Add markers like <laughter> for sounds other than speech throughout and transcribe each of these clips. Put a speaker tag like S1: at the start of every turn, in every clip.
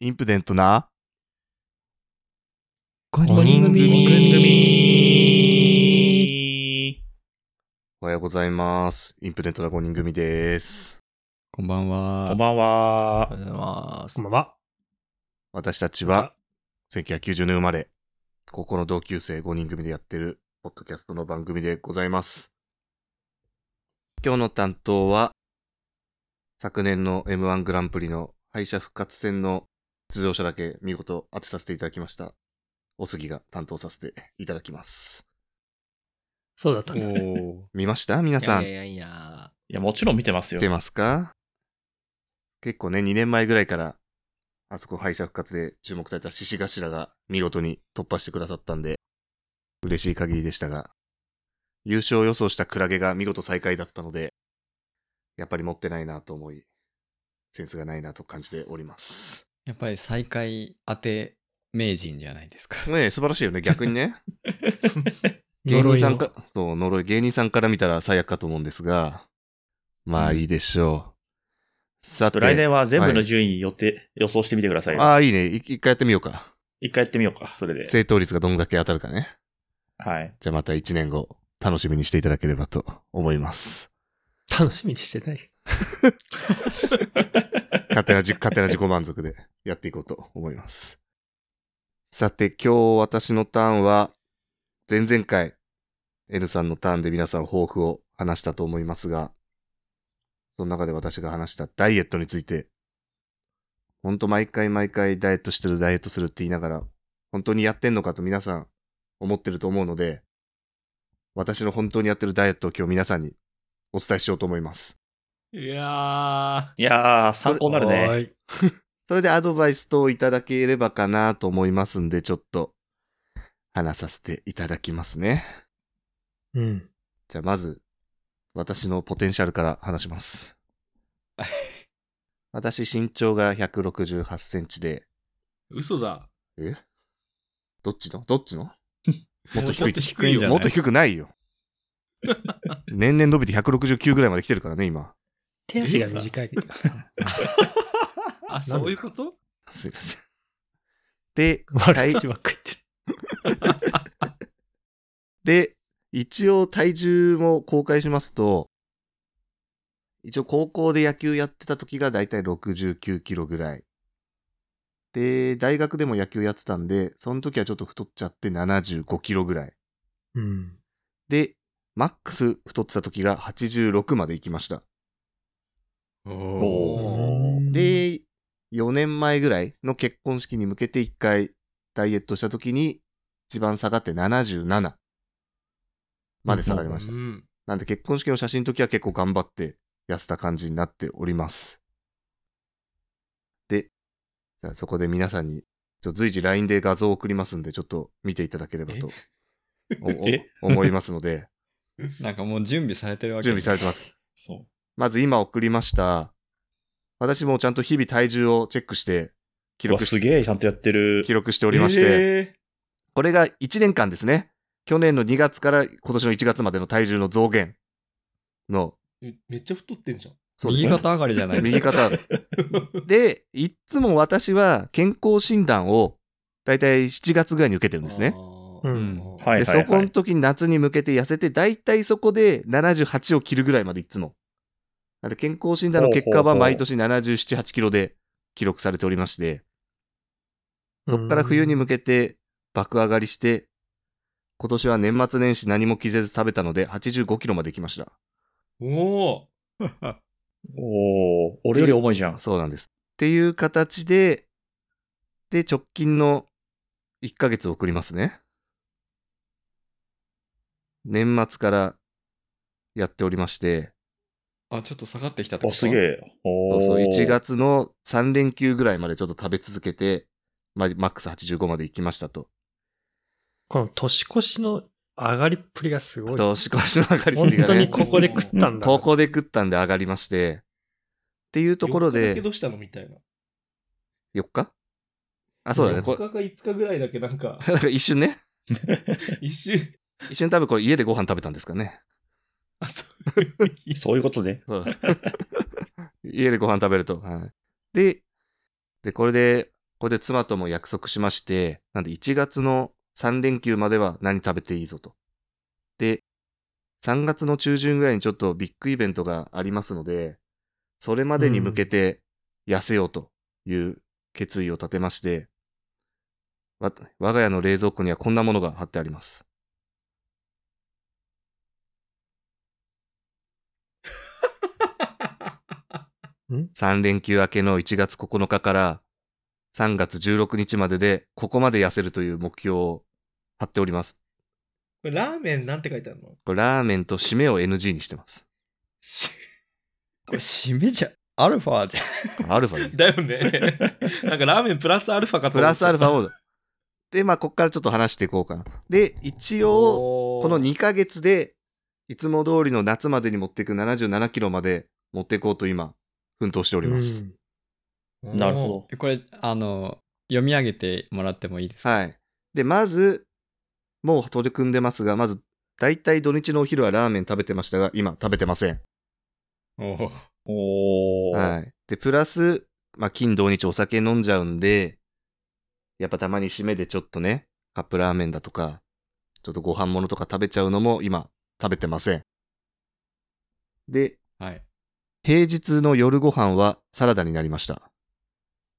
S1: インプデントな
S2: 5
S3: 五人組
S1: おはようございます。インプデントな5人組です。
S2: こんばんは。
S3: こんばん
S2: おは
S3: は。
S2: ようございます
S3: こん。ばんは。
S1: 私たちは、1990年生まれ、高校の同級生5人組でやってる、ポッドキャストの番組でございます。今日の担当は、昨年の M1 グランプリの敗者復活戦の出場者だけ見事当てさせていただきました。おすぎが担当させていただきます。
S4: そうだったんだ。
S1: お見ました皆さん
S2: いや。いやいや。
S3: いや、もちろん見てますよ
S1: 出。ますか結構ね、2年前ぐらいから、あそこ敗者復活で注目された獅子頭が見事に突破してくださったんで、嬉しい限りでしたが、優勝予想したクラゲが見事最下位だったので、やっぱり持ってないなと思い、センスがないなと感じております。
S2: やっぱり再開当て名人じゃないですか。
S1: ねえ素晴らしいよね、逆に
S3: <laughs>
S1: ね。芸
S4: 呪
S1: 人
S4: い
S1: さ
S4: の
S1: んか、そう、呪い、芸人さんから見たら最悪かと思うんですが、まあいいでしょう。
S3: ちょ
S1: さ、
S3: ってと来年は全部
S1: は
S3: の
S1: い
S3: 順位予定、予想してみてくださいよ。
S1: ああ、いいね。い一回やってみようか。
S3: 一回やってみようか、それで。
S1: 正答率がどんだけ当たるかね。
S3: はい。
S1: じゃあまた1年後、楽しみにしていただければと思います。
S4: 楽しみにしてない。
S1: 勝手なじ、勝手な自己満足でやっていこうと思います。さて、今日私のターンは、前々回、N さんのターンで皆さん抱負を話したと思いますが、その中で私が話したダイエットについて、ほんと毎回毎回ダイエットしてるダイエットするって言いながら、本当にやってんのかと皆さん思ってると思うので、私の本当にやってるダイエットを今日皆さんにお伝えしようと思います。
S4: いや
S3: いやー、参考になるね。
S4: い。
S1: それでアドバイス等いただければかなと思いますんで、ちょっと話させていただきますね。
S4: うん。
S1: じゃあまず、私のポテンシャルから話します。私身長が168センチで、
S5: 嘘だ。
S1: えどっちのどっちのもっと低い。
S5: 低い
S2: じゃ
S5: よ。
S2: ない
S1: もっと低くないよ。年々伸びて169ぐらいまで来てるからね、今。
S4: 手足が短い。
S5: <laughs> あ、そういうこと
S1: すいません。で、
S4: 悪口ばっかり
S1: で、一応体重も公開しますと、一応高校で野球やってた時がだいたい69キロぐらい。で、大学でも野球やってたんで、その時はちょっと太っちゃって75キロぐらい。
S4: 言ってる。
S1: で、マックス太ってた時が86まで行きました。
S2: おー
S4: うん。、
S1: で、4年前ぐらいの結婚式に向けて1回ダイエットした時に、一番下がって77まで下がりました
S5: う。ん。
S1: なんで結婚式の写真の時は結構頑張って痩せた感じになっております。で、じゃあそこで皆さんに、ちょ随時 LINE で画像を送りますんで、ちょっと見ていただければとおお
S3: <laughs> え
S1: <laughs> 思いますので、
S2: なんかもう準備されてるわけ
S1: 準備されてます。
S3: そう。
S1: まず今送りました。私もちゃんと日々体重をチェックして、記
S3: うわ
S1: 録
S3: す
S1: し
S3: げえ、ちゃんとやってる。
S1: 記録しておりまして、
S3: え
S1: これが1年間ですね。去年の2月から今年の1月までの体重の増減の、
S5: えめっちゃ太ってんじゃん。
S1: そうです
S2: 右
S1: ね
S2: 肩上がりじゃないです
S1: 右
S2: か。
S1: 肩。で、いっつも私は健康診断をだいたい7月ぐらいに受けてるんですね。
S5: あ
S4: う
S5: ー。
S4: ん。
S3: ーはい
S1: で、
S3: はい
S1: そ
S3: は
S1: この
S3: い。
S1: 時に夏に向けて痩せて、だいたいそこで78を切るぐらいまでいっつも。なんで健康診断の結果
S3: ほうほう
S1: は
S3: ほう
S1: 毎年77、8キロで記録されておりまして、そこから冬に向けて爆上がりして、今年は年末年始何も着せず食べたので85キロまで来ました。
S5: お
S3: おお俺より重いじゃん。
S1: そうなんです。っていう形で、で、直近の1ヶ月を送りますね。年末からやっておりまして、
S2: あ、ちょっと下がってきたって
S3: お、
S2: こと
S3: すげえ。お
S1: そ
S3: お
S1: うそう1。月の3連休ぐらいまでちょっと食べ続けて、まあ、マックス85まで行きましたと。
S4: この年越しの上がりっぷりがすごい。
S1: 年越しの上がり
S4: 本
S1: きり
S4: 当
S1: が
S4: に
S1: ね、
S4: ここで食ったんだ。
S1: ここで食ったんで上がりまして、っていうところ
S5: け
S1: で、
S5: どうしたのみたいな。
S1: 4日あ、そうだね。こ
S5: 4日か5日ぐらいだけなん
S1: <laughs>
S5: か、
S1: 一瞬ね。
S5: 一瞬。
S1: 一瞬多分これ家でご飯食べたんですかね。
S5: あ、そ
S3: <laughs>
S5: う。
S3: そういうことね。
S1: <laughs> そう家でご飯食べると。はい、で、で、これで、これで妻とも約束しまして、なんで1月の3連休までは何食べていいぞと。で、3月の中旬ぐらいにちょっとビッグイベントがありますので、それまでに向けて痩せようという決意を立てまして、わ我が家の冷蔵庫にはこんなものが貼ってあります。3連休明けの1月9日から3月16日まででここまで痩せるという目標を貼っております。
S5: れラーメンなんて書いてあるの
S1: これラーメンと締めを NG にしてます。
S2: これ、締めじゃ、アルファじゃん。
S1: アルファでいい。
S5: だ
S1: <laughs>
S5: よね。なんかラーメンプラスアルファかと
S1: プラスアルファ
S5: を。
S1: を。で、まあ、こっからちょっと話していこうかな。で、一応、この2ヶ月で、いつも通りの夏までに持っていく77キロまで持っていこうと今、奮闘しております。
S4: うん
S5: おー
S3: なるほ
S2: これ、あの、読み上げてもらってもいいですか
S1: はい。で、まず、もう取り組んでますが、まず、大体土日のお昼はラーメン食べてましたが、今食べてません。
S2: おお。
S3: ど。おー。
S1: はい。で、プラス、まあ、金土日お酒飲んじゃうんで、やっぱたまに締めでちょっとね、カップラーメンだとか、ちょっとご飯物とか食べちゃうのも今食べてません。で、
S2: はい。
S1: 平日の夜ご飯はサラダになりました。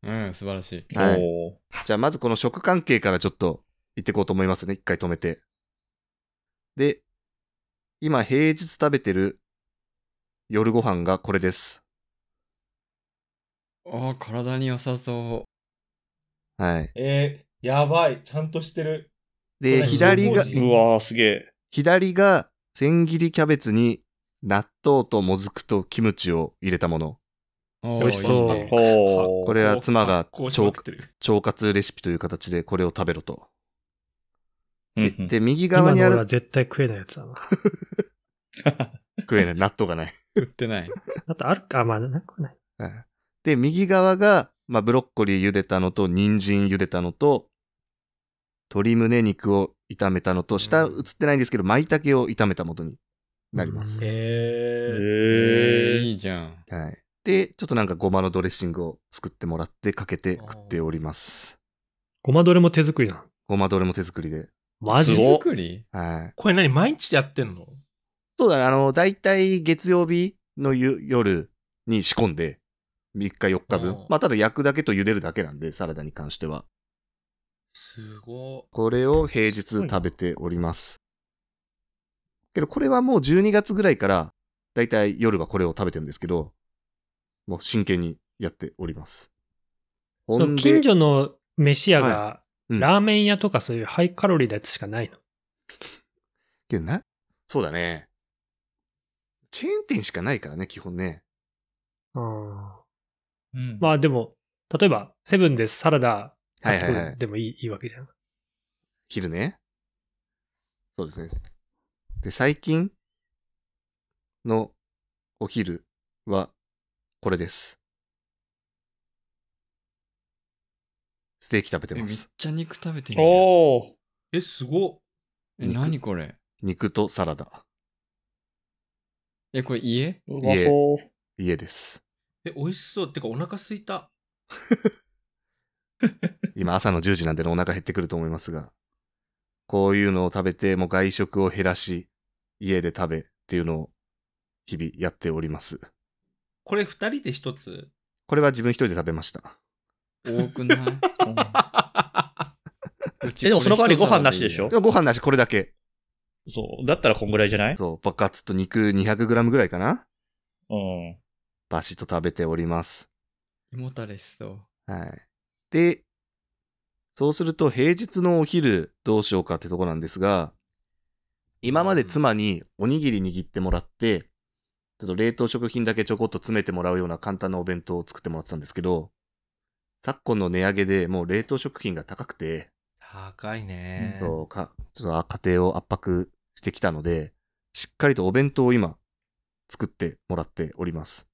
S2: うん、素晴らしい。
S1: はい
S3: お
S1: じゃあまずこの食関係からちょっと行ってこうと思いますね。一回止めて。で、今平日食べてる夜ご飯がこれです。
S2: ああ、体に良さそ
S1: はい。
S5: えー、やばい。ちゃんとしてる。
S1: で、
S5: これ
S1: 左が
S5: す、
S3: ーうわー、すげえ。
S1: 左が千切りキャベツに納豆ともずくとキムチを入れたもの。
S2: う。おー
S4: 美味しそう
S2: いいね
S3: ほ
S1: これは妻が
S5: こうしま
S1: 腸
S5: くってる。
S1: 腸活レシピという形でこれを食べろと。
S3: う。
S1: で
S3: うんうん
S1: で、右側
S4: 今
S1: に
S4: の
S1: あ
S4: 俺は
S1: る、
S4: 絶対食えないやつだな。
S1: 食えない、納豆が
S3: <laughs>
S1: ない。
S2: 売ってない。
S4: あとあるか、まあ、なくはない。
S1: はいで、右側が、まあ、ブロッコリー茹でたのと、人参茹でたのと、鶏胸肉を炒めたのと、下映ってないんですけど、舞茸を炒めたものになります。
S5: え
S3: え
S5: ー、
S2: えー、
S3: ー
S2: いいじゃん。
S1: はい。で、ちょっとなんかごまのドレッシングを作ってもらってかけて食っております。
S4: ごまどれも手作りなの。
S1: ごまどれも手作りで。
S4: マジ
S3: すご
S2: 手
S3: っ
S2: 作り
S1: はい。
S5: これ何毎日やってんの
S1: そうだね、あの、だいたい月曜日のゆ夜に仕込んで、3日4日
S5: う
S1: 分
S5: ん。
S1: まあ、ただ焼くだけと茹でるだけなんで、サラダに関しては。
S5: すご
S1: これを平日食べております。けど、これはもう12月ぐらいから、だいたい夜はこれを食べてるんですけど、もう真剣にやっております。ほんで
S4: 近、所の飯屋が、
S1: いうん
S4: ラーメン屋とかそういうハイカロリーなやつしかないの。
S1: けどなそうだね。チェーン店しかないからね、基本ね。
S4: うん
S3: うん
S4: まあでも、例えば、セブンでサラダ
S1: は
S4: 買
S1: い
S4: って
S1: はい
S4: く
S1: はい
S4: る。でもいい,、いいわけじゃん。
S1: 昼ね。そうですね。で、最近のお昼はこれです。ステーキ食べて
S2: えめ
S1: ま
S2: っ
S1: す。
S2: ちゃ肉食べてるじゃん。
S3: おー。
S5: い。え、すごっ
S2: え、何これ
S1: 肉とサラダ。
S2: え、これ家
S3: うまそう。
S1: 家です。
S5: え、美味しそう。てか、お腹すいた。
S1: 今朝の10時なんでねお腹減ってくると思いますが、こういうのを食べて、もう外食を減らし、家で食べっていうのを日々やっております。
S5: これ二人で一つ
S1: これは自分一人で食べました。
S2: 多く <laughs> ないうち
S3: えでもその代わり
S2: これ一
S3: ご飯なしでしょ
S2: 皿
S1: でもご飯なし、これだけ。
S3: そう。だったらこんぐらいじゃない
S1: そう、バカツと肉 200g ぐらいかな
S3: うん。
S1: バシッと食べております。
S2: いいよ胃もたれしそう。
S1: はい。で、そうすると平日のお昼どうしようかってとこなんですが、今まで妻におにぎり握ってもらって、ちょっと冷凍食品だけちょこっと詰めてもらうような簡単なお弁当を作ってもらってたんですけど、昨今の値上げでもう冷凍食品が高くて、
S5: 高いね
S1: そうかちょっとあ家庭を圧迫してきたので、しっかりとお弁当を今作ってもらっております。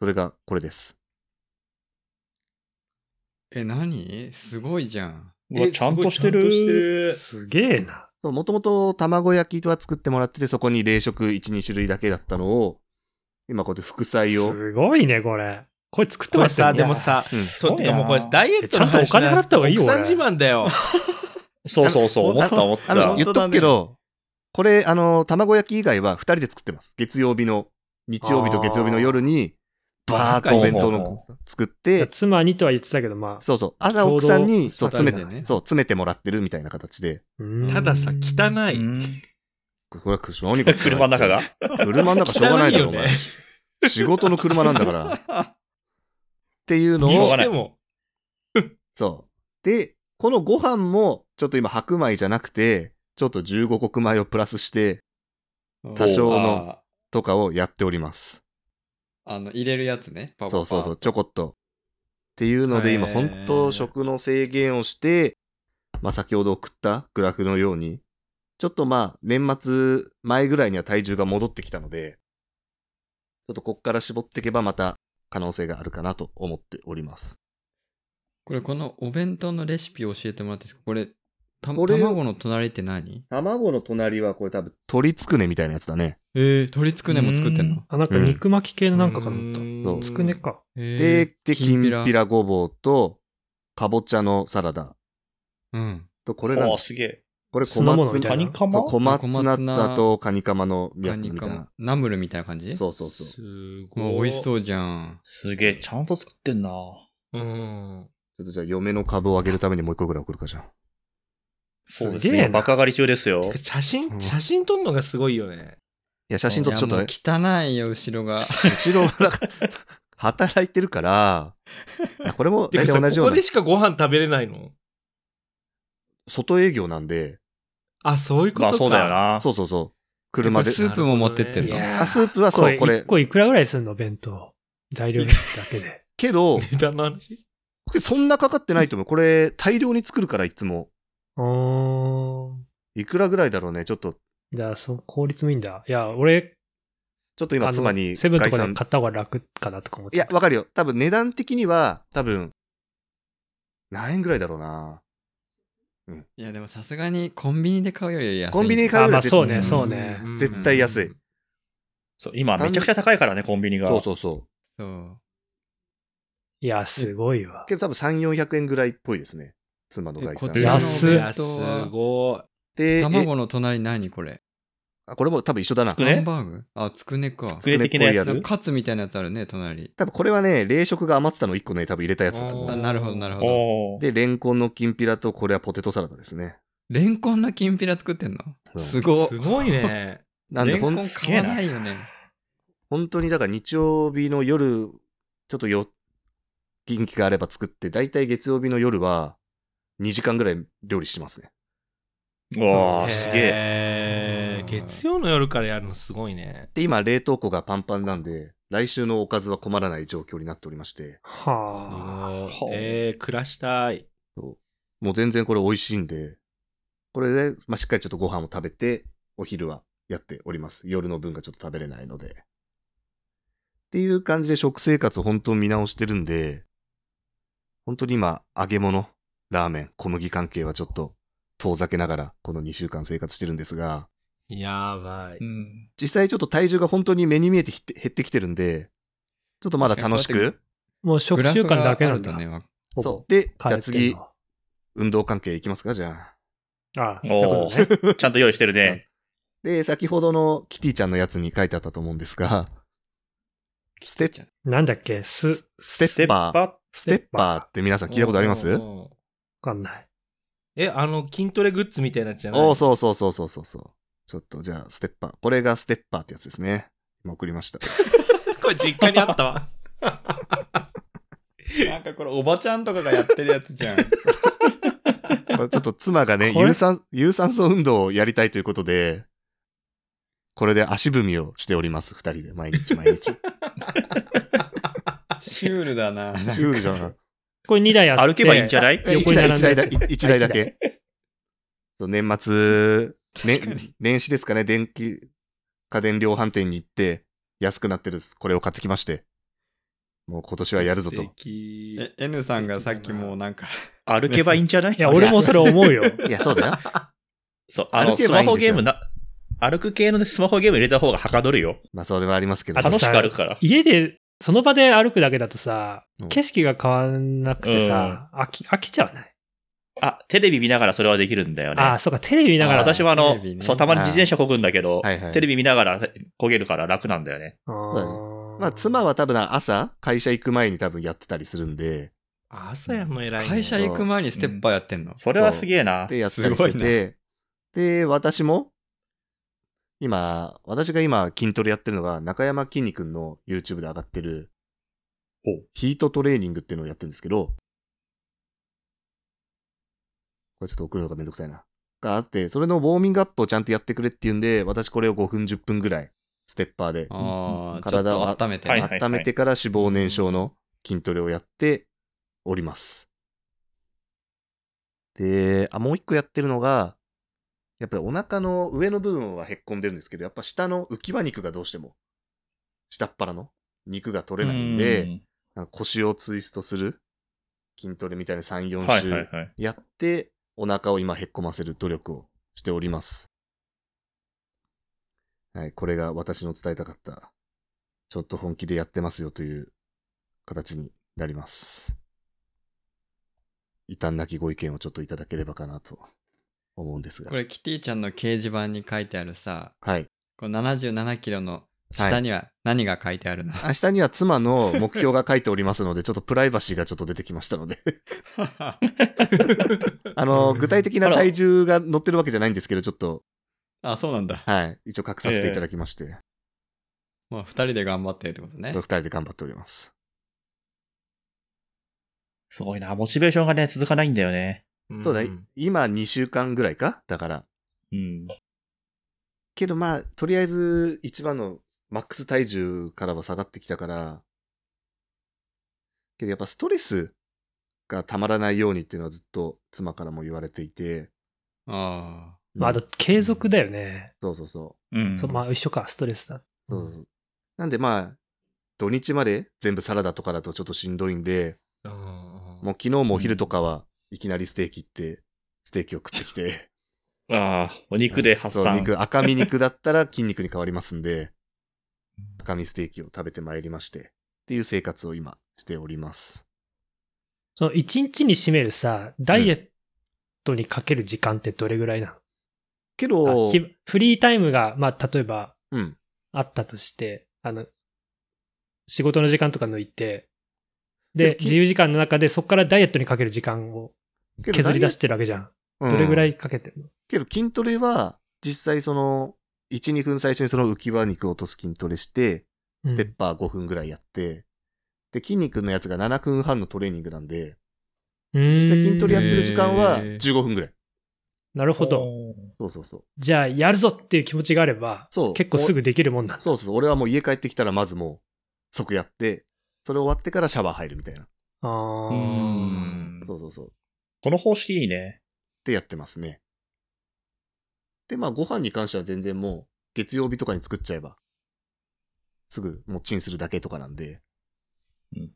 S1: それがこれです。
S2: え、何すごいじゃん。
S3: うわ
S5: え
S3: ちゃんとして
S5: すごいちゃんとして
S3: る
S5: る。
S4: すげえな。
S1: もともと卵焼きは作ってもらってて、そこに冷食1、2種類だけだったのを、今こうやって副菜を
S4: すごいね、これ。これ作って
S5: こ
S4: ま
S5: れ
S4: した
S5: さ、
S4: よね。
S5: でもさ、
S3: うん
S5: そう、
S3: そう
S5: てか
S3: やな
S5: もうこれダイエットの話
S4: ちゃんとお金払った方がいいよ
S5: 奥さん
S4: 俺
S5: 自慢だよ。
S3: そうそうそう、思った思っ
S1: あのあ
S3: た
S1: の。言っとくけど、これ、あの、卵焼き以外は2人で作ってます。月曜日の、日曜日と月曜日の夜に、バーッとお弁当
S3: ほうほう
S1: の作っ
S4: いや
S1: て、
S4: 妻にとは言ってたけど、ま
S1: そうそう。朝奥さんに、
S4: ちょ
S1: そうう、
S4: ど
S1: 詰
S5: 二
S1: め
S5: 人で
S1: て、
S5: ね
S1: そう、詰めてもらってるみたいな形で。
S4: あ。うーん
S5: たださ、汚い。
S3: うん
S1: これは、何か
S3: 車の中が。
S1: 車の中しょうがないだろ、
S5: 汚
S1: お
S5: いよ
S1: 前
S5: ね。
S1: 仕事の車なんだから。っていうのを
S5: に、
S3: しょうが
S5: し
S3: ない
S5: ても、
S1: そう。で、このご飯も、ちょっと今白米じゃなくて、ちょっと15穀米をプラスして、多少の
S2: あ
S1: とかをやっております。
S2: ーあの、入れるやつね。パパパ
S1: そうそうそう、ちょこっと。っていうので、今、
S5: へー
S1: 本当食の制限をして、まあ、先ほど送ったグラフのように、ちょっとまあ、年末前ぐらいには体重が戻ってきたので、ちょっとこっから絞っていけばまた可能性があるかなと思っております。
S2: これ、このお弁当のレシピ教えてもらっていいですかこれ、た
S1: これ
S2: 卵の隣って何
S1: 卵の隣はこれ多分、鶏つくねみたいなやつだね。
S2: えー、鶏つくねも作ってんの
S4: あ、なんか肉巻き系のなんかかと思った。
S1: そう
S4: つくね。か。
S2: えー
S1: で、で、きんぴ。らごぼうと、かぼちゃのサラダ
S2: うん。
S1: と、これなん
S3: あ
S1: だ
S3: あ、すげえ。
S1: これ小
S4: 酢の物
S1: 松
S4: みた
S3: カ
S4: い
S3: ニ
S4: な
S3: カマ
S1: そう小松菜菜とカニカマのや
S2: カ
S1: つ
S2: ニ
S1: みた
S2: カ
S1: いな
S2: マ。。ナムルみたいな感じ
S1: そうそうそう。
S5: すご。
S2: もう美味しそううじゃん。
S3: すげえ、ちゃんと作ってんな。
S5: うん。
S1: ちょっとじゃあ、嫁の株を上げるためにもう一個ぐらい送るかじゃん。
S3: そうですす
S4: げ
S3: ね。
S4: えな
S3: バカ狩り中ですよ。
S5: 写真、写真撮るのがすごいよね。
S1: いや、写真撮ってちょっとね、
S2: いやもう汚いよ、後ろが。
S1: 後ろ、なんか、働いてるから、いやこれも
S5: て
S1: 大
S5: かさ
S1: 体同じよう
S5: ここ
S1: な
S5: で、しかご飯食べれないの
S1: 外営業なんで、
S5: あ、そういうことか。
S3: まあそうだよな。
S1: そうそうそう、車で。
S2: <laughs> スープも持ってってんの
S5: いや
S1: あ、スープは
S4: こ
S1: そう、
S4: れ、
S1: これ
S4: 1。個いくらぐらいするの弁当。材料費だけで。
S1: けど、
S5: 値段の話
S1: そんなかかってないと思う。これ、大量に作るから、いつも。
S4: うーん。
S1: いくらぐらいだろうね。ちょっと、
S4: じゃあ、その効率もいいんだ。いや、俺、
S1: ちょっと
S4: あ
S1: 今、
S4: の
S1: 妻に
S4: セブンと
S1: 概
S4: かで
S1: 算。
S4: 買った方が楽かなとか思っ
S1: い
S4: て
S1: や
S4: た。、
S1: わかるよ。多分、値段的には、多分、何円ぐらいだろうな。
S2: いや、でもさすがにコンビニで買うより安い。
S1: コンビニで買
S4: あ、
S1: うより
S4: ま
S1: は
S4: あ、
S1: 絶
S4: そう
S1: 対
S4: ね、そうね。
S5: うん
S1: 絶対安い。
S3: そう今、めちゃくちゃ高いからね、コンビニが。
S1: そうそうそう。
S2: そう。
S4: いや、すごいわ。
S1: けど、多分、3、400円ぐらいっぽいですね。妻の概算。
S2: え
S1: で
S2: こ
S4: 安っ
S5: い
S4: い
S5: や、すご
S1: え
S2: 卵の隣何これ
S1: あ、これも多分一緒だな
S3: つ。くね
S2: ハンバーグあ、つくねか。
S3: 机的な
S1: 机
S3: や
S1: っぽい
S3: つ
S1: や
S2: カツみたいなやつあるね、隣。
S1: 多分これはね、冷食が余ってたの1個ね、多分入れたやつだと
S2: あ、
S1: 思う。
S2: なるほど、なるほど。
S3: おー
S1: で、レンコンのきんぴらと、これはポテトサラダですね。
S2: レンコンのきんぴら作ってんの
S1: うん
S2: す
S5: い。
S2: ごっ
S5: す。ごいね。
S1: なんで、ほ
S2: レン
S1: ん
S2: コン、買わないよね。
S1: 本当にだから日曜日の夜、ちょっとよ、元気があれば作って、だいたい月曜日の夜は、2時間ぐらい料理してますね。
S3: うわー、すげえ。
S5: え。月曜の夜からやるのすごいね。
S1: で、今、冷凍庫がパンパンなんで、来週のおかずは困らない状況になっておりまして、
S5: す
S4: はあ。
S5: ごい。えー、暮らしたい。
S1: もう全然これ美味しいんで、これで、まあ、しっかりちょっとご飯を食べて、お昼はやっております。夜の分がちょっと食べれないので。っていう感じで食生活を本当見直してるんで、本当に今、揚げ物、ラーメン、小麦関係はちょっと遠ざけながら、この2週間生活してるんですが、
S5: やばい。
S3: うん
S1: 実際ちょっと体重が本当に目に見えてひって減ってきてるんで、ちょっとまだ楽し
S2: 確かにこ
S1: く、
S4: もう食習慣だけな
S2: グ
S4: んだ
S2: ラ。フがあるとね。
S4: ほぼ
S1: そう。で、じ
S4: 変
S1: ゃあ
S4: えてん
S1: 次
S4: の、は
S1: 運動関係いきますか、じゃあ。
S4: あそういうこ
S3: お
S4: とね。
S3: ーちゃんと用意してるね。
S1: で、先ほどのキティちゃんのやつに書いてあったと思うんですが、ステッ、
S4: なんだっけす、
S1: ステッパー、
S3: ー。
S1: ステッパーって皆さん聞いたことあります
S5: うんうんうん
S4: わかんない。
S5: え、あの、筋トレグッズみたいなやつじゃない
S1: おお、そうそうそうそうそうそう。ちょっとじゃあ、ステッパー。これがステッパーってやつですね。今送りました。
S5: これ実家にあっ
S1: <laughs>
S5: たわ。
S2: なんかこれおばちゃんとかがやってるやつじゃん。
S1: <laughs>
S2: <laughs>
S1: これちょっと妻がね、
S4: これ
S1: 有酸、有酸素運動をやりたいということで、これで足踏みをしております、二人で、毎日毎 <laughs> 日。
S2: シュールだな。
S1: シュールじゃない。
S4: これ2台あって。
S3: 歩けばいいんじゃない
S1: え
S4: 横
S1: 一
S4: に
S1: 台、
S4: 並ん
S1: 一
S4: で
S1: 台
S4: る
S1: だ、一台だけ。そう年末、ね、年始ですかね、電気、家電量販店に行って、安くなってるですこれを買ってきまして、もう今年はやるぞ
S5: 素
S1: と。
S5: 敵
S2: え、N さんがさっきもうなんか、
S3: 歩けばいいんじゃない
S4: いや、俺もそれ思うよ。
S1: いや、そうだよ。
S3: そう、あの、
S1: 歩け
S3: ス
S1: ばい
S3: マ
S1: いん
S3: ホ
S1: です
S3: ゲ
S1: よ
S3: ームな、歩く系のねスマホゲーム入れた方がはかどるよ。
S1: まあ、それはありますけど。
S4: あと
S3: 楽し
S4: さ
S3: く歩くから。
S4: 家でその場で歩くだけだとさ
S1: うん、
S4: 景色が変わんなくてさ、飽き、飽きちゃわない、
S3: あ、テレビ見ながらそれはできるんだよね。
S4: ああ、そうか、テレビ見ながら。
S3: 私はあの
S2: テレ、ビね
S3: そう、たまに自転車こぐんだけど、
S1: はいはい
S3: テレビ見ながらこげるから楽なんだよね。
S4: あー
S1: まあ、妻は多分朝、会社行く前に多分やってたりするんで、
S5: 朝やんの偉いね。
S2: 会社行く前にステッパーやってんの、
S3: それはすげえな。
S1: で、やったりして
S2: すご
S1: て、で、私も、今、私が今筋トレやってるのが、中山きんに君の YouTube で上がってる
S3: お、
S1: ヒートトレーニングっていうのをやってるんですけど、これちょっと送るのがめんどくさいな。があって、それのウォーミングアップをちゃんとやってくれっていうんで、私これを5分10分ぐらい、ステッパーで
S2: ああ、ちょっ
S1: 体を
S2: と温めて、
S3: はいはい
S1: 温めてから脂肪燃焼の筋トレをやっております。で、あ、もう一個やってるのが、やっぱりお腹の上の部分はへっこんでるんですけど、やっぱ下の浮き輪肉がどうしても、下っ腹の肉が取れないん
S3: う
S1: で、
S3: ん
S1: なんか腰をツイストする筋トレみたいな3、
S3: は
S1: 4
S3: いはい
S1: 週
S3: はい。
S1: やって、お腹を今へっこませる努力をしております。はい、これが私の伝えたかった、ちょっと本気でやってますよという形になります。異端なきご意見をちょっといただければかなと思うんですが。
S2: これキティちゃんの掲示板に書いてあるさ、
S1: はい。
S2: こう77キロの下には何が書いてあるの、
S1: 明日には妻の目標が書いておりますので、ちょっとプライバシーがちょっと出てきましたの
S2: <laughs>
S1: で。あの、具体的な体重が乗ってるわけじゃないんですけど、ちょっと、
S2: あ、そうなんだ。
S1: はい。一応隠させていただきまして、
S2: まあ、二人で頑張ってってことね
S1: 二。人で頑張っております。
S3: すごいな。モチベーションがね、続かないんだよね。
S5: うん
S1: そうだね。今2週間ぐらいかだから。
S3: うん。
S1: けどまあ、とりあえず一番のマックス体重からは下がってきたから、けどやっぱストレスがたまらないようにっていうのはずっと妻からも言われていて、
S2: あ
S4: まあ、あと、継続だよね。
S1: そうそうそ
S3: うん。
S4: そうまあ、一緒か、ストレスだ。
S1: う。そうそうそうなんでまあ、土日まで全部サラダとかだとちょっとしんどいんで、
S5: あ。うん
S1: もう昨日もお昼とかはいきなりステーキ行って、ステーキを食ってきて、
S3: ああ、お肉で発
S1: そう
S3: 散。
S1: 肉、赤身肉だったら筋肉に変わりますんで、赤身ステーキを食べてまいりまして、っていう生活を今しております。
S4: その一日に占めるさ、ダイエットにかける時間ってどれぐらいな
S1: け
S4: の、
S1: ど
S4: あ、ひフリータイムが、まあ、例えば
S1: うん。
S4: あったとして、あの、仕事の時間とか抜いて、
S1: でも
S4: で、
S1: き
S4: 自由時間の中でそこからダイエットにかける時間を
S1: けど
S4: 削り出してるわけじゃん。
S1: ダイエット
S4: どれぐら
S1: うん
S4: いかけてるの、
S1: けど筋トレは、実際その、1、2分最初にその浮き輪肉を落とす筋トレして、ステッパー5分ぐらいやって、で、筋肉のやつが7分半のトレーニングなんで、
S4: うん
S1: 実際筋トレやってる時間は
S2: へー
S1: 15分ぐらい。
S4: なるほど。
S3: おー。
S1: そうそうそう。
S4: じゃあ、やるぞっていう気持ちがあれば、
S1: そう
S4: 結構すぐできるもんなんだ。
S1: そうそうそう。俺はもう家帰ってきたらまずもう、即やって、それ終わってからシャワー入るみたいな。
S4: あー
S5: うん
S1: そうそうそう。
S3: この方式いい
S1: っ
S3: ね。
S1: てやってますね。で、まあ、ご飯に関しては全然もう、月曜日とかに作っちゃえば、すぐもうチンするだけとかなんで、
S3: うん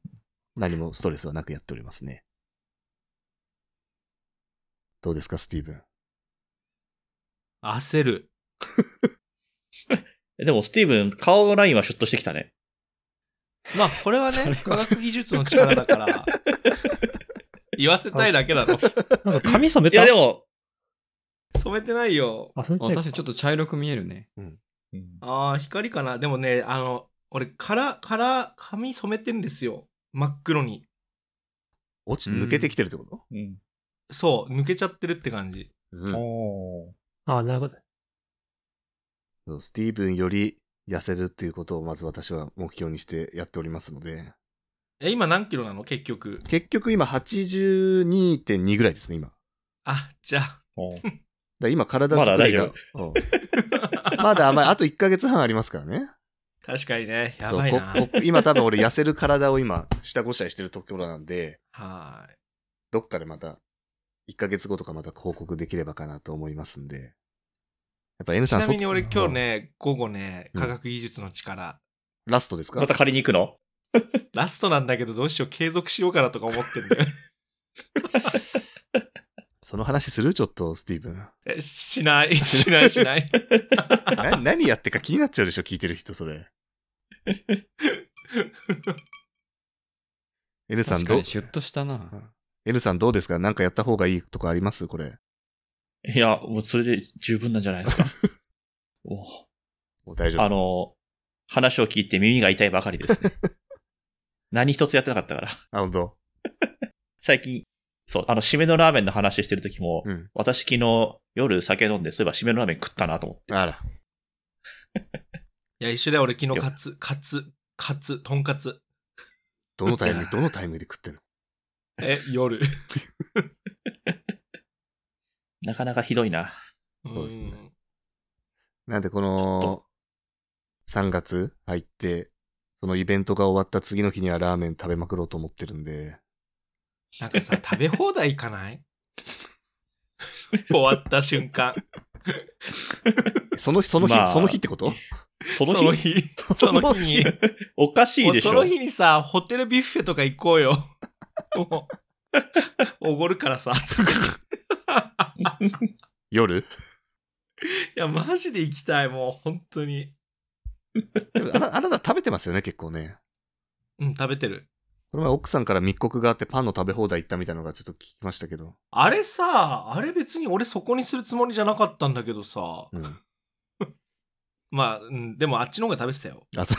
S1: 何もストレスはなくやっておりますね。どうですか、スティーブン。
S5: 焦る。
S3: でも、スティーブン、顔のラインはシュッとしてきたね。
S5: まあ、これはね、科学技術の力だ <laughs> から、言わせたいだけだろ。
S4: なんか髪染め
S3: い
S4: た
S3: や、でも、
S5: 染めてないよ。
S4: あ、染めてない
S2: 私ちょっと茶色く見えるね。
S5: ああ、光かな。でもね、あの、俺、から、から、髪染めてんですよ。真っ黒に。
S1: 落ちて抜けてきてるってこと、
S3: うん。
S5: そう、抜けちゃってるって感じ。
S1: うん
S3: おー
S4: あ、なるほど。
S1: そうスティーブンより痩せるっていうことをまず私は目標にしてやっておりますので、
S5: え、今何キロなの結局。
S1: 結局今82.2ぐらいですね、今。だか
S5: あ、じゃあ。
S3: おー
S1: ら今体作りがう
S3: まだ
S1: んまだ甘い。あと1ヶ月半ありますからね。
S5: 確かにね、や
S1: そう
S5: ばいな。
S1: ここ今多分俺痩せる体を今、下ごしらえしてるところなんで、
S5: はーい。
S1: どっかでまた、1ヶ月後とかまた報告できればかなと思いますんで。やっぱ N
S5: ち
S1: さん、
S5: なみに俺
S1: そ
S5: 今日、ね、午後ね、
S1: うん
S5: 科学技術の力、
S1: うんラストですか
S3: また借りに行くの
S5: ラストなんだけどどうしよう、継続しようかなとか思ってんだよ
S1: <laughs>
S5: ね。
S1: その話するちょっと、スティーブン。
S5: えし
S1: <laughs>
S5: ない、しない、しない。 <laughs>
S3: <laughs>
S1: な何やってか気になっちゃうでしょ聞いてる人、それ。 N さん
S2: 確か
S1: ど
S2: に、シュッとしたな。
S1: N さんどうですかなんかやった方がいいとかありますこれ。
S3: いや、もうそれで十分なんじゃな
S1: <laughs>
S3: いですか。お
S1: もう大丈夫。
S3: あの、話を聞いて耳が痛いばかりですね。何一つやってなかったから。
S1: あ、本当。
S3: 最近、そう、あの、締めのラーメンの話してる時も、
S1: うん。
S3: 私昨日夜酒飲んで、そういえば締めのラーメン食ったなと思って。
S1: あら。
S5: いや、一緒だよ、俺昨日カツ、カツ、カツ、とんかつ。
S1: どのタイミング、どのタイミングで食ってんの
S5: え、夜。
S3: なかなかひどいな。
S1: <laughs> そうですね
S5: ん
S1: なんでこの、3月入って、そのイベントが終わった次の日にはラーメン食べまくろうと思ってるんで、
S5: なんかさ、食べ放題行かない <laughs> 終わった瞬間。
S1: その日、その日、
S3: まあ
S1: その日ってこと
S3: その日、
S5: 日
S1: そ
S5: そ
S1: の日
S5: の日に。
S3: おかしいでし
S5: そ
S3: ょ
S5: の。日にさ、ホテルビュッフェとか行こうよ。も <laughs> うおごるから <laughs> さ、つって
S1: 夜
S5: いや、マジで行きたい、もう、本当に。
S1: でもあなあなた食べてますよね、結構ね。
S5: うん、食べてる。
S1: この前奥さんから密告があってパンの食べ放題行ったみたいなのがちょっと聞きましたけど。
S5: あれさ、あれ別に俺そこにするつもりじゃなかったんだけどさ。
S1: うん。
S5: まあ、うん、でもあっちの方が食べてたよ。
S1: あと。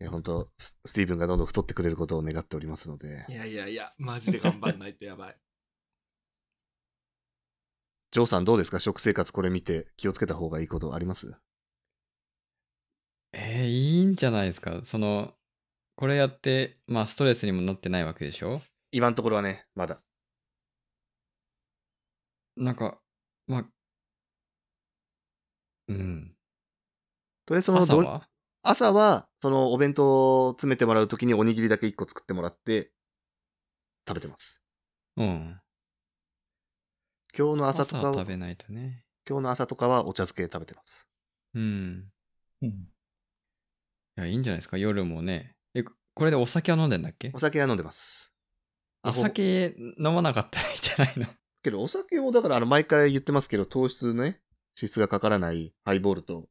S1: いや、本当ススティーブンがどんどん太ってくれることを願っておりますので
S5: い。やいやいや、マジで頑張んないとやばい。
S1: ジョーさんどうですか食生活これ見て気をつけた方がいいことあります
S2: えー、いいんじゃないですか。その、これやって、まあ、ストレスにもなってないわけでしょ
S1: 今のところはね、まだ。
S2: なんか、まあ、うん。
S1: とりあえずその
S2: 朝
S1: どん
S2: は
S1: 朝は、そのお弁当を詰めてもらうときにおにぎりだけ1個作ってもらって、食べてます。
S2: うん。
S1: 今日の朝と
S2: 朝
S1: か
S2: は
S1: は、
S2: 食べないとね。
S1: 今日の朝とかはお茶漬け食べてます。
S2: うん。
S3: うん
S2: いや、いいんじゃないですか。夜もね。え、これでお酒は飲んでんだっけ
S1: お酒は飲んでます。
S2: お
S1: アホ
S2: 酒飲まなかったらいいじゃないの。 <laughs>
S1: けどお酒をだからあの前から言ってますけど糖質ね脂質がかからないハイボールと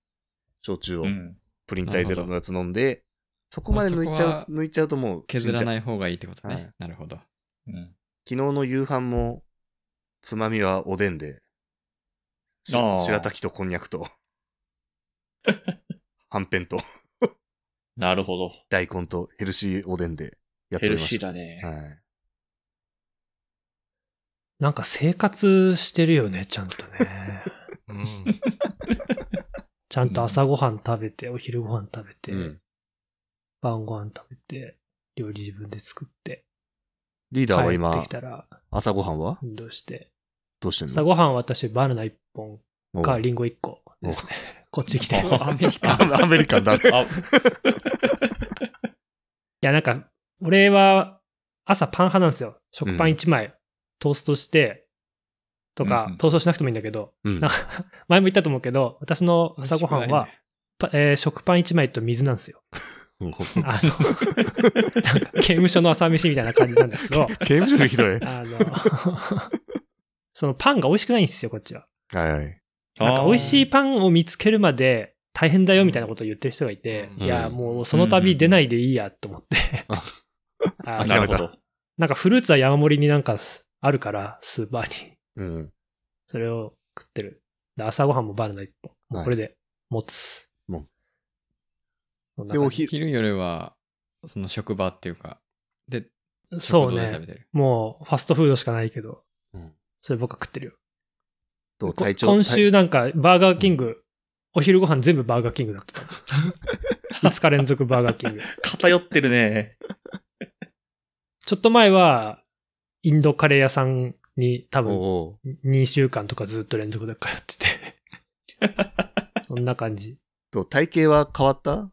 S1: 焼酎を
S3: うん。
S1: プリン体ゼロのやつ飲んで、そこまで抜いち
S2: ま
S1: ゃ
S2: あ
S1: う抜いちゃうともう
S2: 削ら
S1: 死んじゃう
S2: ない方がいいってことね。
S1: はい
S2: なるほど。
S3: うん
S1: 昨日の夕飯もつまみはおでんでし
S3: あー
S1: 白滝とこんにゃく
S4: <laughs>
S1: とはんぺんと
S3: なるほど。
S1: 大根とヘルシーおでんでやって
S3: ヘ
S1: おり
S3: ル
S1: ま
S3: シー
S1: した
S3: だね。
S1: はい、
S4: なんか生活してるよね、ちゃんとね。
S5: うん。 <laughs>
S4: ちゃんと朝ごはん食べて、お昼ごはん食べて、
S2: うん
S4: 晩ごはん食べて、料理自分で作って、
S1: リー
S4: 帰
S1: ダーは
S4: って
S1: 今
S4: きたら
S1: 朝ごはんは
S4: 運動して。
S1: どうしてんの
S4: 朝ごはんは私バナナ1本
S1: おう
S4: かリンゴ1個ですね。こっち
S3: <laughs>
S4: 来て。い
S3: お
S2: アメリカ。
S1: あアメリカン
S4: <laughs>
S1: だね
S3: あ
S4: や、なんか、俺は朝パン派なんですよ。食パン1枚、トーストして、とか、
S3: うんうん
S4: トーストしなくてもいいんだけど、
S1: うん
S4: なんか、 <laughs> 前も言ったと思うけど、私の朝ごはんは、パえー食パン1枚と水なんですよ。
S1: うん
S4: あの、 <laughs> なんか刑務所の朝飯みたいな感じなんだけど、
S1: 刑務所でひどいは
S4: あの、 <laughs> そのパンが美味しくないんですよ、こっちは。
S1: いはい
S5: <laughs>
S4: なんか美味しい
S3: い。
S4: パンを見つけるまで大変だよみたいなことを言ってる人がいて、
S5: うん
S4: いや、もうその度出ないでいいやと思って。
S1: うん
S4: <laughs> あ
S1: 諦
S3: な
S1: め
S3: る
S1: た
S3: ほど。
S4: なんかフルーツは山盛りになんかあるから、スーパーに。
S1: うん
S4: それを食ってる。で朝ごはんもバナナ一本。もうこれで持つ。
S1: 持つ
S4: そんな
S1: で
S4: 感
S1: お
S4: じ。
S1: ひ
S2: 昼夜は、その職場っていうか、で、
S4: そ
S2: 食
S4: う
S2: 堂で食べ
S4: ね。
S2: てる。
S4: もうファストフードしかないけど
S1: うん、
S4: それ僕は食ってるよ。
S1: どう
S4: こ
S1: 体調
S4: 今
S1: 体
S4: 週なんかバーガーキング、お昼ご飯全部バーガーキング
S1: <laughs>
S4: だった。5日連続バーガーキング。
S3: 偏ってるね。
S4: ちょっと前は、インドカレー屋さんに多分
S1: おう
S4: 2週間とかずっと連続で通ってて。 <laughs> そんな感じ。い
S1: どう体型は変わった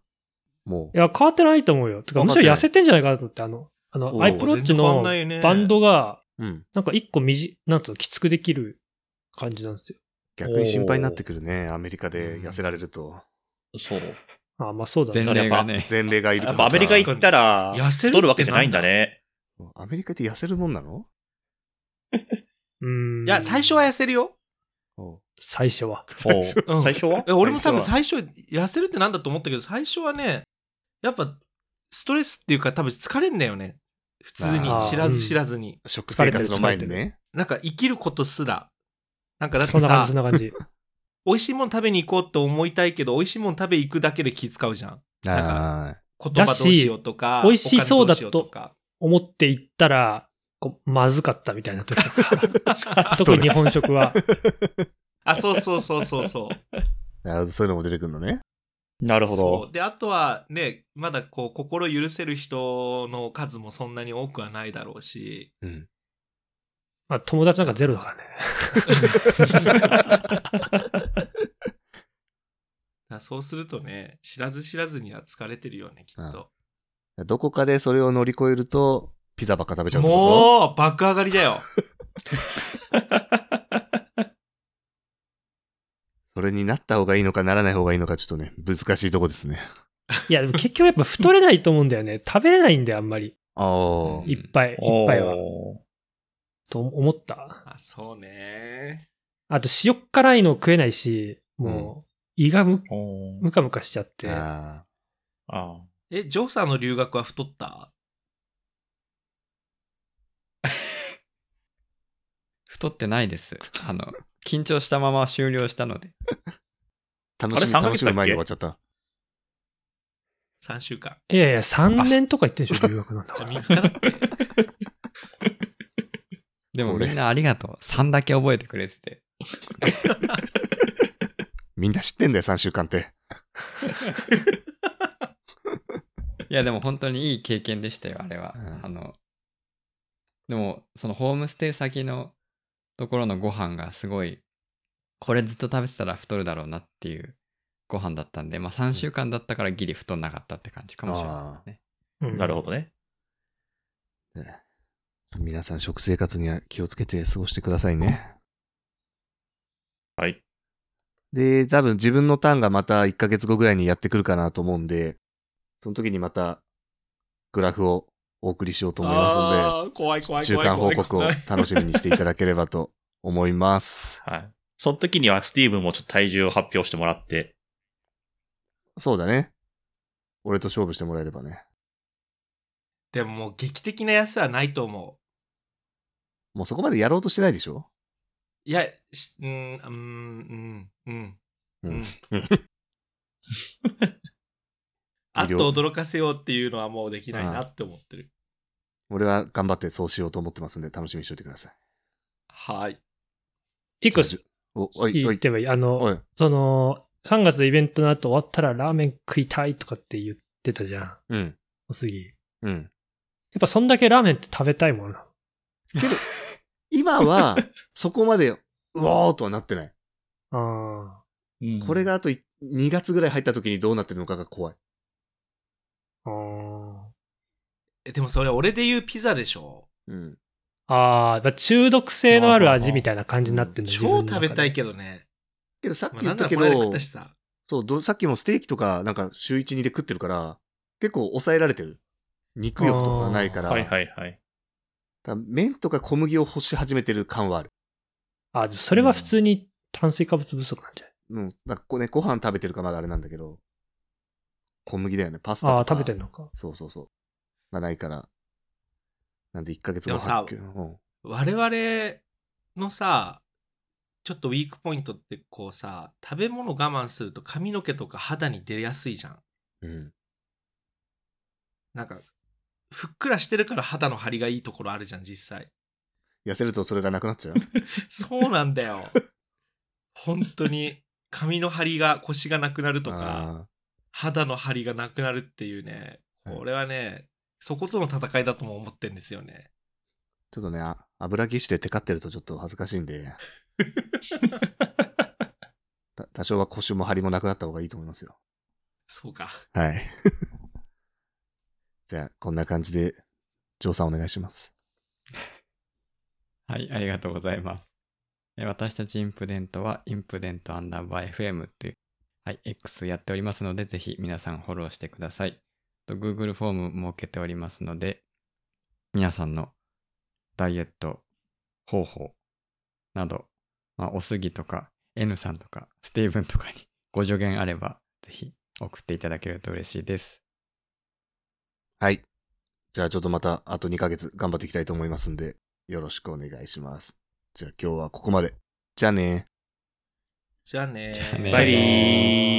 S1: もう。
S4: や、変わってないと思うよ。て
S1: 変
S4: か、
S1: わ
S4: む
S1: っ
S4: してろ
S1: ない
S4: 痩せてんじゃないかなと思って、あの、あの、
S1: おう
S4: アイプロッチ
S5: 全然変わ
S4: の
S5: んないね
S4: バンドが、
S1: うん。
S4: なんか一個みじ、なんつうの、きつくできる感じなんですよ。
S1: 逆に心配になってくるね。アメリカで痩せられると。
S3: そう。
S4: ああ、まあそうだ
S2: 前
S4: ね。
S2: 例がね。
S1: 前例がいる
S3: や
S1: か
S3: っ
S1: ら
S3: ぱ
S1: さ。
S3: アメリカ行ったら、
S5: 痩せるってなんだ
S3: 太るわけじゃないんだね。
S1: アメリカって痩せるもんなの
S4: うーん。
S5: いや、最初は。痩せるよ。
S4: 最初は。
S3: そう
S5: うん
S3: 最初は
S5: え俺も多分最初、痩せるってなんだと思ったけど、最初はね、やっぱ、ストレスっていうか多分疲れんだよね。普通に
S1: あ
S4: ー
S5: 知らず知らずに。
S1: 食生活の前にね。
S5: なんか生きることすら。なんかだっ
S4: そ
S5: て
S4: んな感じ、
S5: さ
S4: そん、な感じ。
S5: 美味しいもの食べに行こうと思いたいけど、美味しいもの食べ行くだけで気使うじゃん。疲れてる疲れてる
S1: ああ。
S5: 言葉どうしようとか。
S4: 美味しそうだと
S5: お金どうしようか
S4: 思って行ったら、こうまずかったみたいな時とか、
S1: スト
S4: <laughs>
S1: レ
S4: 特
S1: ス
S4: に日本食は。
S5: <laughs> あ、そうそうそうそう
S4: <laughs>
S5: そう。
S1: なるほど、そういうのも出てくるのね。
S3: なるほ
S5: そ
S3: ど
S5: う。。で、あとはね、まだこう、心許せる人の数もそんなに多くはないだろうし。
S1: うん。
S4: まあ、友達なんかゼロだからね。
S5: だからそうするとね、知らず知らずには疲れてるよね、きっと。
S1: どこかでそれを乗り越えると、ピザばっか食べちゃうってこ
S5: もう、爆上がり
S1: <laughs>
S5: だよ。
S1: とそれになった方がいいのかならない方がいいのか、ちょっとね、難しいとこですね。
S4: いや、でも結局やっぱ太れないと思うんだよね。食べれないんだよ、あんまり。
S1: ああ。
S4: いっぱい、いっぱいは。
S3: お
S4: と思った。
S5: あ、そうね。
S4: あと、塩辛いの食えないし、もう、胃がむ
S3: ーおー
S4: むかむかしちゃって。
S1: あ
S3: あ
S5: え、ジョーさんの留学は太った
S2: 太ってないです。あの、緊張したまま終了したので。
S1: ー
S3: あ
S1: 楽
S3: れ
S1: しみ、
S3: 三ヶ
S1: 楽
S3: 月
S1: し
S3: だっけ
S1: み前に終わっちゃった。
S5: ?3 週間。
S4: いやいや、3年とか行ってるでしょ、留学なんだか
S5: じゃ
S4: ら。
S5: 3日だっけ
S2: でも
S1: これ
S2: みんなありがとう。3だけ覚えてくれてて。
S1: みんな知ってんだよ、3週間って。
S2: いや、でも本当にいい経験でしたよ、あれは。
S1: うん
S2: あの、でも、そのホームステイ先のところのご飯がすごい、これずっと食べてたら太るだろうなっていうご飯だったんで、まあ3週間だったからギリ太んなかったって感じかもしれないですね。
S4: うん
S3: ーなるほどね。
S1: 皆さん、食生活には気をつけて過ごしてくださいね。
S3: はい。
S1: で、多分自分のターンがまた1ヶ月後ぐらいにやってくるかなと思うんで、その時にまたグラフをお送りしよう <laughs> と思いま
S5: あー怖い怖
S1: すので、
S5: い
S1: 中
S5: 怖い怖い。
S1: 間報告を
S5: 怖い
S1: 楽しみにしていただければと思います。
S3: はい。その時にはスティーブンもちょっと体重を発表してもらって、
S1: そうだね。俺と勝負してもらえればね。
S5: でももう劇的な安はないと思う。
S1: もうそこまでやろうとしてないでしょ
S5: いや、しうーん、うーん、うん、うん。
S1: う
S5: うん
S1: <laughs>
S5: <laughs> ん。あっと驚かせようっていうのはもうできないなって思ってる。
S1: 俺は頑張ってそうしようと思ってますんで、楽しみにしておいてください。
S5: はい。
S4: 一個、
S1: お、おい、お
S4: 言っ
S1: い、
S4: てばいい。あの、
S1: おい、
S4: その、3月のイベントの後終わったらラーメン食いたいとかって言ってたじゃん、
S1: うん、
S4: おすぎ。や
S1: うん。
S4: っぱそんだけラーメンって食べたいもんな。
S1: 今は、
S5: <laughs>
S1: そこまで、うおーとはなってない。
S4: あ
S1: これがあと2月ぐらい入った時にどうなってるのかが怖い。
S4: ーあ
S5: えでもそれ俺で言うピザでしょ
S1: うん。
S4: ー。あーやっぱ中毒性のある味みたいな感じになってんだ、
S5: 超食べたい
S4: け
S5: けどね。
S1: けどさっ
S5: ま
S1: き言っ
S5: あ、なん
S1: た
S5: なら
S1: け
S5: こ
S1: ど、
S5: れで食ったしさ。
S1: そうど、さっきもステーキとか、なんか週1、2で食ってるから、結構抑えられてる。肉欲とかないから、
S3: はいはいはい。
S1: だから麺とか小麦を欲し始めてる感はある。
S4: あー、でもそれは普通に炭水化物不足なんじゃない
S1: うん。なんかこうね、ご飯食べてるかまだあれなんだけど、小麦だよね、パスタとか。
S4: ああー、食べてんのか。
S1: そうそうそう。がないから。なんで1ヶ月
S5: で
S1: 後
S5: もさ
S1: 発見うん
S5: 我々のさ、ちょっとウィークポイントってこうさ、食べ物我慢すると髪の毛とか肌に出やすいじゃん。
S1: うん。
S5: なんか、ふっくらしてるから肌の張りがいいところあるじゃん、実際。
S1: 痩せるとそれがなくなっちゃう。
S5: そうなんだよ。本当に、髪の張りが、腰がなくな <laughs> るとか、
S1: あ
S5: 肌の張りがなくなるっていうね、
S1: うん
S5: これはね、そことの戦いだとも思ってんですよね。
S1: ーちょっとね、あ油ぎしてテカってるとちょっと恥ずかしいんで、た多少は腰も張りもなくなった方がいいと思いますよ。
S5: そうか。
S1: はい。 <laughs> じゃあ、こんな感じで、ジョーさんお願いします。
S2: はい、ありがとうございます。え私たちインプデントは、インプデントアンダーバー FM っていう、はい、X やっておりますので、ぜひ皆さんフォローしてください。と Google フォーム設けておりますので、皆さんのダイエット方法など、まあ、おすぎとか、N さんとか、スティーブンとかにご助言あれば、ぜひ送っていただけると嬉しいです。
S1: はい。じゃあちょっとまたあと2ヶ月頑張っていきたいと思いますんで、よろしくお願いします。じゃあ今日はここまで。じゃあね
S5: じゃあね
S2: じゃあね
S3: バイビー。